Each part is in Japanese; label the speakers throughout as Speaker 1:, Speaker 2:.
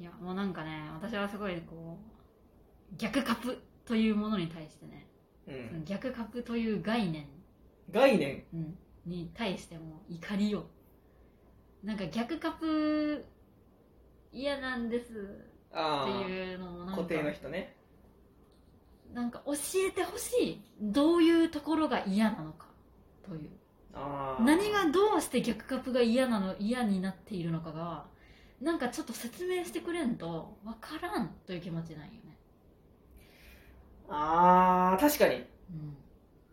Speaker 1: いやもうなんかね私はすごいこう逆格というものに対してね、
Speaker 2: う
Speaker 1: その
Speaker 2: ん、
Speaker 1: 逆格という概念、
Speaker 2: 概念
Speaker 1: うんに対しても怒りをなんか逆格嫌なんですっ
Speaker 2: あ
Speaker 1: て
Speaker 2: あ
Speaker 1: いうのもなんか
Speaker 2: 固定の人ね
Speaker 1: なんか教えてほしいどういうところが嫌なのかという
Speaker 2: ああ
Speaker 1: 何がどうして逆カップが嫌なの嫌になっているのかがなんかちょっと説明してくれんと分からんという気持ちなんよね、
Speaker 2: ああ確か
Speaker 1: う
Speaker 2: に
Speaker 1: ん、だ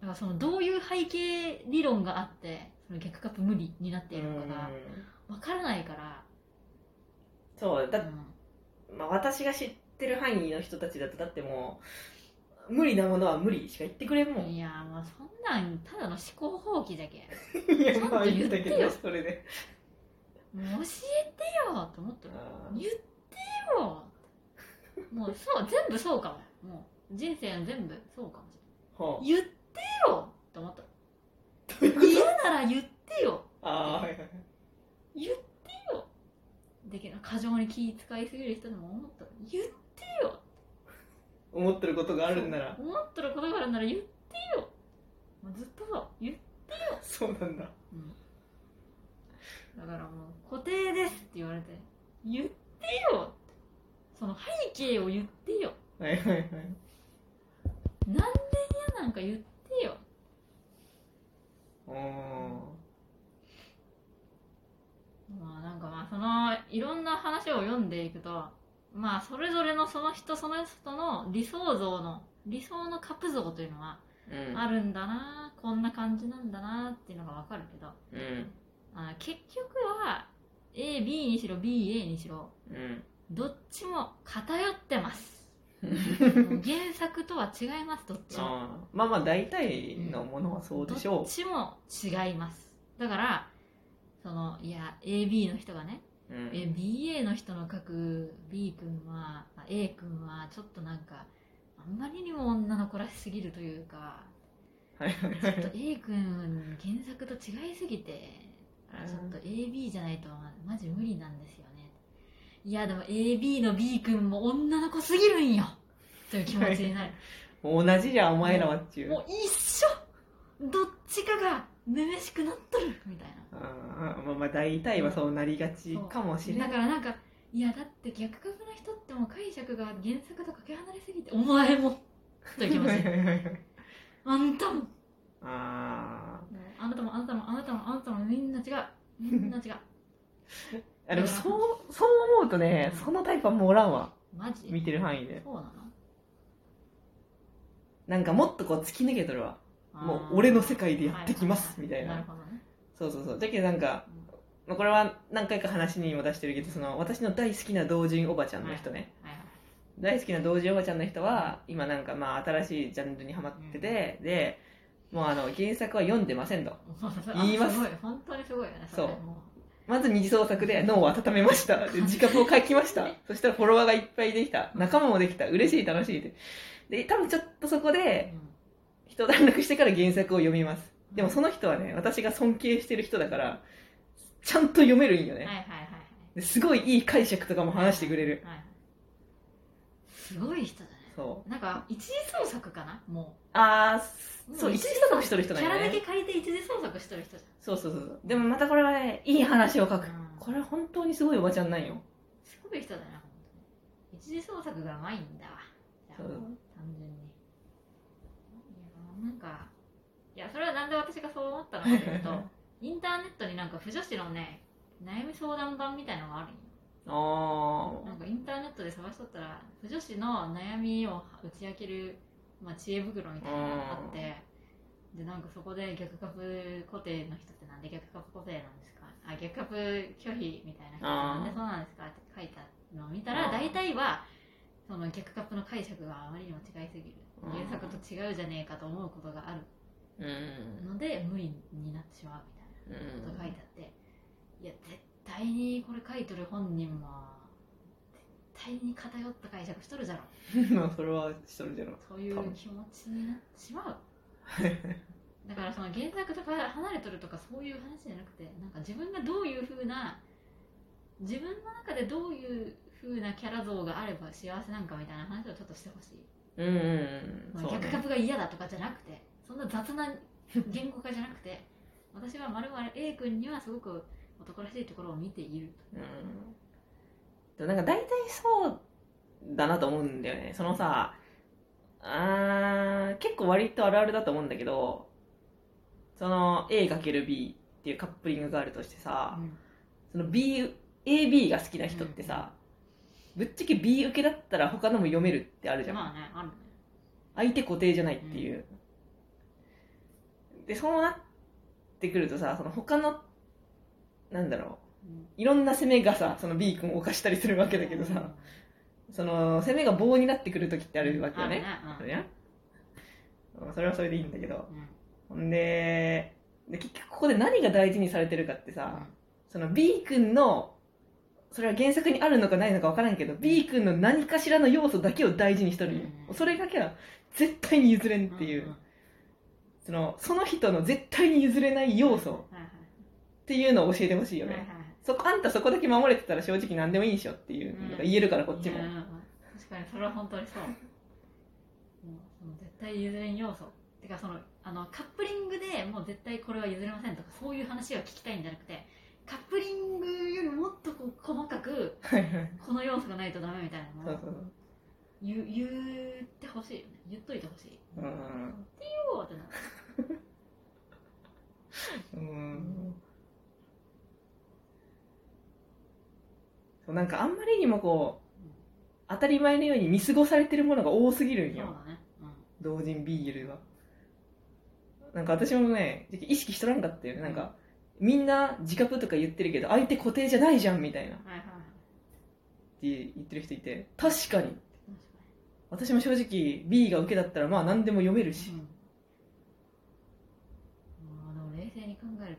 Speaker 1: からそのどういう背景理論があってその逆カップ無理になっているのかが
Speaker 2: うん
Speaker 1: 分からないから、
Speaker 2: そうだ
Speaker 1: う、ん
Speaker 2: まあ、私が知ってる範囲の人たちだとだってもう無理なものは無理しか言ってくれんもん
Speaker 1: いやまあそんなんただの思考放棄じゃけ
Speaker 2: いや
Speaker 1: ちゃんと
Speaker 2: まあ言
Speaker 1: 言
Speaker 2: った
Speaker 1: って
Speaker 2: け
Speaker 1: よ
Speaker 2: どそれで
Speaker 1: もう教えてよと思って
Speaker 2: あ
Speaker 1: 言ってよもうそう全部そうかももう人生の全部そうかもしれない言っ
Speaker 2: ーほう
Speaker 1: てよって思った
Speaker 2: どういうこと
Speaker 1: 嫌なら言ってよ
Speaker 2: ああはいはいはい
Speaker 1: 言ってよでけど過剰に気使いすぎる人でも思った言ってよ
Speaker 2: 思ってることがあるんなら
Speaker 1: そう思ってることがあるなら言ってよもうずっとそう言っ
Speaker 2: そうなんだ
Speaker 1: だからもう固定ですって言われて言ってよその背景を言ってよ
Speaker 2: はいはいはい
Speaker 1: なんで嫌なんか言ってよ
Speaker 2: おー
Speaker 1: まあなんかまあそのいろんな話を読んでいくとまあそれぞれのその人その人の理想像の理想のカップ像というのは
Speaker 2: うん
Speaker 1: あるんだなこんな感じなんだなっていうのがわかるけど
Speaker 2: うん
Speaker 1: あ結局は AB にしろ BA にしろ
Speaker 2: うん
Speaker 1: どっちも偏ってますもう原作とは違いますどっちも
Speaker 2: あーまあまあ大体のものはそうでし
Speaker 1: ど
Speaker 2: ょ
Speaker 1: っちも違いますだからそのいや AB の人がね
Speaker 2: う、うん
Speaker 1: え BA の人の書く B 君はまあ A 君はちょっとなんかあんまりにも女の子らしすぎるというか
Speaker 2: はいはい
Speaker 1: ち
Speaker 2: は
Speaker 1: ょっと
Speaker 2: い
Speaker 1: A 君原作と違いすぎてあちょっと AB じゃないとまマジ無理なんですよねいやでも AB の B 君も女の子すぎるんよという気持ちになる
Speaker 2: もう同じじゃんお前らはっちゅう
Speaker 1: もう一緒どっちかがめめしくなっとるみたいな
Speaker 2: あーまあまあ大体はそうなりがちかもしれな
Speaker 1: だ
Speaker 2: い
Speaker 1: からなんかいやだって逆格の人ってもう解釈が原作とかけ離れすぎてお前もという気持
Speaker 2: はい
Speaker 1: ち
Speaker 2: はいはいはい
Speaker 1: あんたも
Speaker 2: あ
Speaker 1: あなたもあなたもあなたもあなたもみんな違うみんな違う
Speaker 2: ーあでもそうそう思うとねそのタイプはもうおらんわ
Speaker 1: マジ
Speaker 2: 見てる範囲で
Speaker 1: そうなの
Speaker 2: なんかもっとこう突き抜けとるわ
Speaker 1: あー
Speaker 2: もう俺の世界でやってきますみたいな
Speaker 1: なるほどね
Speaker 2: そうそうそうだけどなんか、まあ、これは何回か話にも出してるけどその私の大好きな同人おばちゃんの人ね、
Speaker 1: はいはい
Speaker 2: 大好きな同人おばちゃんの人は今なんかまあ新しいジャンルにはまってて、でもうあの原作は読んでませんと
Speaker 1: もうそれ
Speaker 2: 言います
Speaker 1: あごい本当にすごいよねれ
Speaker 2: そう
Speaker 1: も
Speaker 2: まず二次創作で脳を温めました。で自覚を書きました。そしたらフォロワーがいっぱいできた。仲間もできた。嬉しい、楽しいって。で、多分ちょっとそ
Speaker 1: う
Speaker 2: こで、
Speaker 1: う
Speaker 2: 一段落してから原作を読みます。
Speaker 1: ん
Speaker 2: でもその人はね、私が尊敬してる人だから、ちゃんと読めるんよ
Speaker 1: はい
Speaker 2: ね。
Speaker 1: はいはいはい
Speaker 2: ですごいいい解釈とかも話してくれる。
Speaker 1: はいはいすごい人だね
Speaker 2: そう。
Speaker 1: なんか一時創作かなも
Speaker 2: あ
Speaker 1: う
Speaker 2: ー、そう、一時創作してる人
Speaker 1: キ
Speaker 2: だ
Speaker 1: ャ
Speaker 2: よ
Speaker 1: ラだけ
Speaker 2: ね。
Speaker 1: 借りて一時創作してる人じゃん
Speaker 2: そうそうそう。でもまたこれはね、いい話を書く
Speaker 1: うん。
Speaker 2: これは本当にすごいおばちゃんなんよ。
Speaker 1: すごい人だな、本当に。一次創作がうまいんだわ。じゃあ
Speaker 2: そう
Speaker 1: 単純に。いや、なんか、いや、それはなんで私がそう思ったのかという と、インターネットになんか、不女子のね、悩み相談版みたいのがあるんよ。
Speaker 2: あ
Speaker 1: なんかインターネットで探しとったら、不女子の悩みを打ち明ける、まあ、知恵袋みたいなのがあって、で、なんかそこで逆カプ固定の人ってなんで逆カプ固定なんですかあ、逆カプ拒否みたいな人
Speaker 2: あー
Speaker 1: なんでそうなんですかって書いたのを見たら、
Speaker 2: あー
Speaker 1: 大体は、その逆カプの解釈があまりにも違いすぎる。
Speaker 2: あー
Speaker 1: 原作と違うじゃねえかと思うことがある
Speaker 2: ー。うん。
Speaker 1: ので、無理になってしまうみたいな。
Speaker 2: う
Speaker 1: こと
Speaker 2: ん
Speaker 1: 書いてあって、いや絶対にこれ書いとる本人も絶対に偏った解釈しとるじゃろ
Speaker 2: まあそれはしとるじゃろ
Speaker 1: という
Speaker 2: 多分
Speaker 1: 気持ちになってしまうだからその原作とか離れとるとかそういう話じゃなくてなんか自分がどういうふうな自分の中でどういうふ風なキャラ像があれば幸せなんかみたいな話をちょっとしてほしい、
Speaker 2: うんうんうん
Speaker 1: まあ
Speaker 2: そうね
Speaker 1: 逆カプが嫌だとかじゃなくてそんな雑な言語化じゃなくて私はまるまる A 君にはすごく男らしいところを見ている
Speaker 2: うんでもなんか大体そうだなと思うんだよねそのさあー結構割とあるあるだと思うんだけどその A×B っていうカップリングがあるとしてさ、
Speaker 1: うん
Speaker 2: その B AB が好きな人ってさ、ぶっちゃけ B 受けだったら他のも読めるってあるじゃん、
Speaker 1: まあねあるね
Speaker 2: 相手固定じゃないっていう、でそうなってくるとさその他のなんだろ
Speaker 1: うん
Speaker 2: ういろんな攻めがさその B 君を犯したりするわけだけどさ、その攻めが棒になってくる時ってあるわけよね。
Speaker 1: ある
Speaker 2: ある
Speaker 1: ね
Speaker 2: やんうんそれはそれでいいんだけど。
Speaker 1: うんうん
Speaker 2: ほんで、で結局ここで何が大事にされてるかってさ、その B 君の、それは原作にあるのかないのか分からんけど、B 君の何かしらの要素だけを大事にしとるんよ
Speaker 1: うん
Speaker 2: それだけは絶対に譲れんっていう、
Speaker 1: んん
Speaker 2: その、その人の絶対に譲れない要素
Speaker 1: はいはい
Speaker 2: っていうのを教えてほしいよ
Speaker 1: はい
Speaker 2: ね。
Speaker 1: はい
Speaker 2: そこ、あんたそこだけ守れてたら正直何でもいいでしょっていうのが言えるからこっちも。
Speaker 1: うんうんうん確かにそれは本当にそうもうその絶対譲れん要素てかそのあのカップリングでもう絶対これは譲れませんとかそういう話を聞きたいんじゃなくてカップリングよりもっとこう細かく
Speaker 2: はいはい
Speaker 1: この要素がないとダメみたいな
Speaker 2: そ
Speaker 1: の
Speaker 2: う
Speaker 1: を
Speaker 2: そうそう。
Speaker 1: 言う言ってほしいよね言っといてほしい
Speaker 2: うん
Speaker 1: そうってなる
Speaker 2: うんそうなんかあんまりにもこう当たり前のように見過ごされてるものが多すぎるん
Speaker 1: そう
Speaker 2: よ
Speaker 1: だねうん
Speaker 2: 同人ビールはなんか私もね意識しとらんかったよねなんかみんな自覚とか言ってるけど相手固定じゃないじゃんみたいなって
Speaker 1: はいはいはい
Speaker 2: 言ってる人いて確かに
Speaker 1: 確
Speaker 2: 私も正直 B が受けだったらまあ何でも読める
Speaker 1: か
Speaker 2: し
Speaker 1: に、うん、もうでも冷静に考える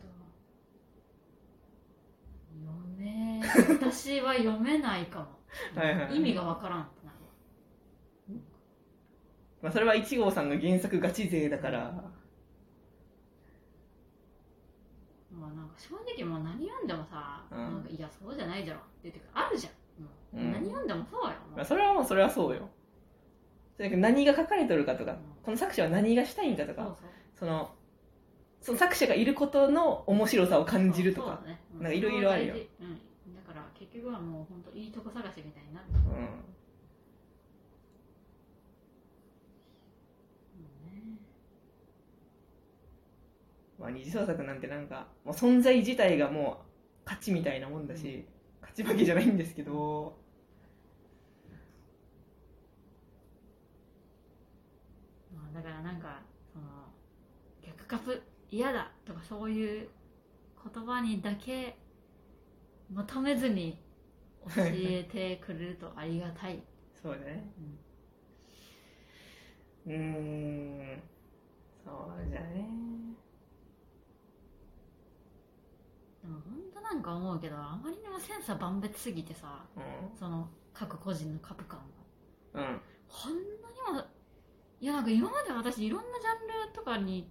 Speaker 1: と読め私は読めないかも
Speaker 2: はいはい
Speaker 1: 意味がわからんってなる
Speaker 2: まあ、それは1号さんが原作ガチ勢だから
Speaker 1: まあなんか正直もう何読んでもさ、
Speaker 2: うん
Speaker 1: なんかいやそうじゃないじゃんって言ってくるあるじゃん、もう
Speaker 2: うん
Speaker 1: 何読んでもそうよ、も
Speaker 2: ま
Speaker 1: う
Speaker 2: あ、それはもうそれはそうよそれから何が書かれとるかとかこの作者は何がしたいんか
Speaker 1: そ
Speaker 2: と
Speaker 1: う
Speaker 2: か
Speaker 1: そう
Speaker 2: そのその作者がいることの面白さを感じると
Speaker 1: そう
Speaker 2: か
Speaker 1: だね
Speaker 2: なんかいろいろあるよ
Speaker 1: うんそれは大事うんだから結局はもう本当いいとこ探しみたいになる
Speaker 2: う、ん、
Speaker 1: もうね
Speaker 2: まあ、二次創作なんてなんかもう存在自体がもう勝ちみたいなもんだし、勝ち負けじゃないんですけど
Speaker 1: まあ、だからなんかその逆カプ嫌だとかそういう言葉にだけ求めずに教えてくれるとありがたい、
Speaker 2: そうだねうーんそうじゃね
Speaker 1: でも本当なんか思うけどあまりにもセンサー万別すぎてさその各個人のカプ感が
Speaker 2: うんうん
Speaker 1: こんなにもいやなんか今まで私いろんなジャンルとかに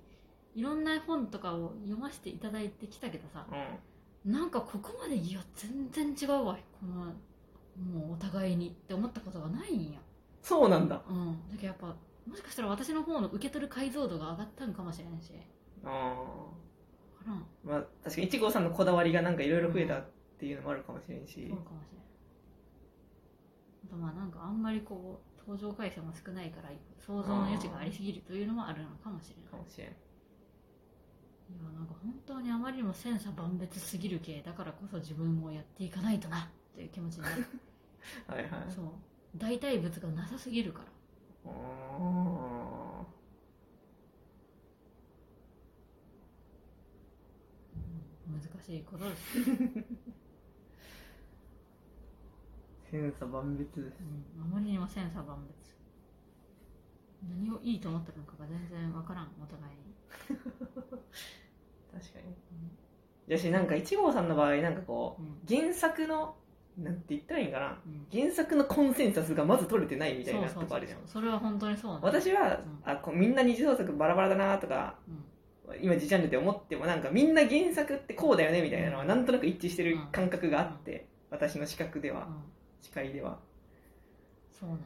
Speaker 1: いろんな本とかを読ませていただいてきたけどさ、
Speaker 2: うん
Speaker 1: なんかここまでいや全然違うわこのもうお互いにって思ったことがないんや
Speaker 2: そうなんだ
Speaker 1: うんだけどやっぱもしかしたら私の方の受け取る解像度が上がったんかもしれんし
Speaker 2: あ
Speaker 1: わからん
Speaker 2: ーまあ確かに1号さんのこだわりがなんかいろいろ増えたっていうのもあるかもしれんし、
Speaker 1: そうかもしれんあとまあなんかあんまりこう登場回数も少ないから想像の余地がありすぎるというのもあるのかもしれない
Speaker 2: かもしれん
Speaker 1: いやなんか本当にあまりにも千差万別すぎる系だからこそ自分もやっていかないとなという気持ちにな る
Speaker 2: はいはい
Speaker 1: そう代替物がなさすぎるから
Speaker 2: うーん
Speaker 1: 難しいことです
Speaker 2: 千差万別です
Speaker 1: うん、あまりにもセンサー万別何をいいと思ってるのかが全然わからんお互いに
Speaker 2: 確かにだしなんか1号さんの場合なんかこ
Speaker 1: うん、
Speaker 2: う原作のなんて言ったらいいんかな
Speaker 1: うん、
Speaker 2: 原作のコンセンサスがまず取れてないみたいな
Speaker 1: そ
Speaker 2: と
Speaker 1: うそう
Speaker 2: こ
Speaker 1: そ
Speaker 2: あ
Speaker 1: う
Speaker 2: るじゃん
Speaker 1: それは本当にそうなの
Speaker 2: 私は、
Speaker 1: うん
Speaker 2: あこうみんな二次創作バラバラだなとか
Speaker 1: うん
Speaker 2: 今自ジャンルで思ってもなんかみんな原作ってこうだよねみたいなのはなんとなく一致してる感覚があって、私の視覚では、
Speaker 1: うん
Speaker 2: 誓いでは
Speaker 1: そうなんよ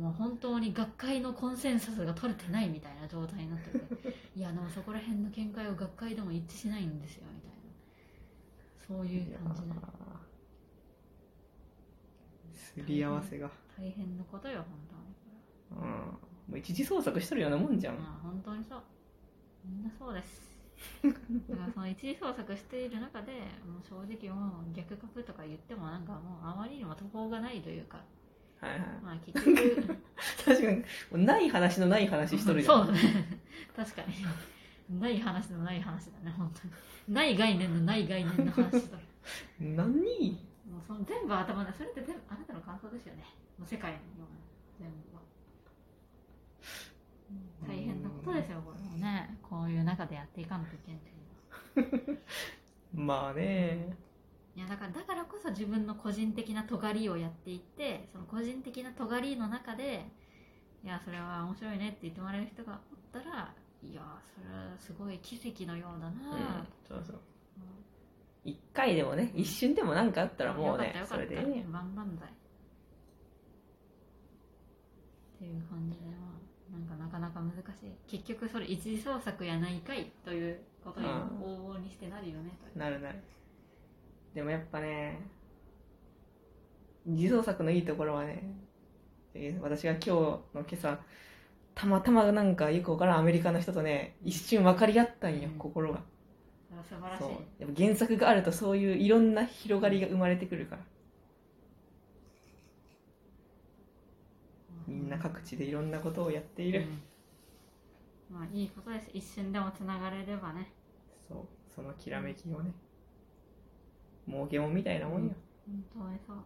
Speaker 1: もう本当に学会のコンセンサスが取れてないみたいな状態になって ていやでもそこら辺の見解を学会でも一致しないんですよみたいなそういう感じない
Speaker 2: やーすり合わせが、
Speaker 1: 大変なことよ本当にこれは
Speaker 2: うん、もう一時捜索しとるようなもんじゃん、
Speaker 1: まあ本当にそうみんなそうですだからその一時捜索している中でもう正直もう逆角とか言ってもなんかもうあまりにも途方がないというか
Speaker 2: はいはい
Speaker 1: まあ結局
Speaker 2: 確かにもうない話のない話しとるじゃん
Speaker 1: そうだ ね確かにない話のない話だね本当にない概念のない概念の話だ
Speaker 2: 何
Speaker 1: もうその全部頭でそれって全部あなたの感想ですよねもう世界のような全部はうん大変なことですよこれもねこういう中でやっていかなきゃいけない
Speaker 2: まあね
Speaker 1: いやだからだからこそ自分の個人的な尖りをやっていってその個人的な尖りの中でいやそれは面白いねって言ってもらえる人がおったらいやそれはすごい奇跡のようだ
Speaker 2: うん
Speaker 1: な、
Speaker 2: そうそう
Speaker 1: うん
Speaker 2: 一回でもね一瞬でも何かあったらもう
Speaker 1: よ
Speaker 2: ね
Speaker 1: かったよか
Speaker 2: そ
Speaker 1: った
Speaker 2: れでいいね
Speaker 1: 万々歳っていう感じでまあなんかなかなか難しい結局それ一次創作やないかいということに
Speaker 2: うん
Speaker 1: 往々にしてなるよねという
Speaker 2: なるなるでもやっぱね自創作のいいところはねえー私が今日の今朝たまたまなんかよくわからんアメリカの人とね一瞬分かり合ったんよ、
Speaker 1: うん
Speaker 2: 心が
Speaker 1: それは素
Speaker 2: そう
Speaker 1: 晴らしい
Speaker 2: やっぱ原作があるとそういういろんな広がりが生まれてくるからみんな各地でいろんなことをやっている、
Speaker 1: うんまあいいことです一瞬でもつながれればね
Speaker 2: そうそのきらめきをね儲けもんみたいなもんよ、
Speaker 1: 本当にそう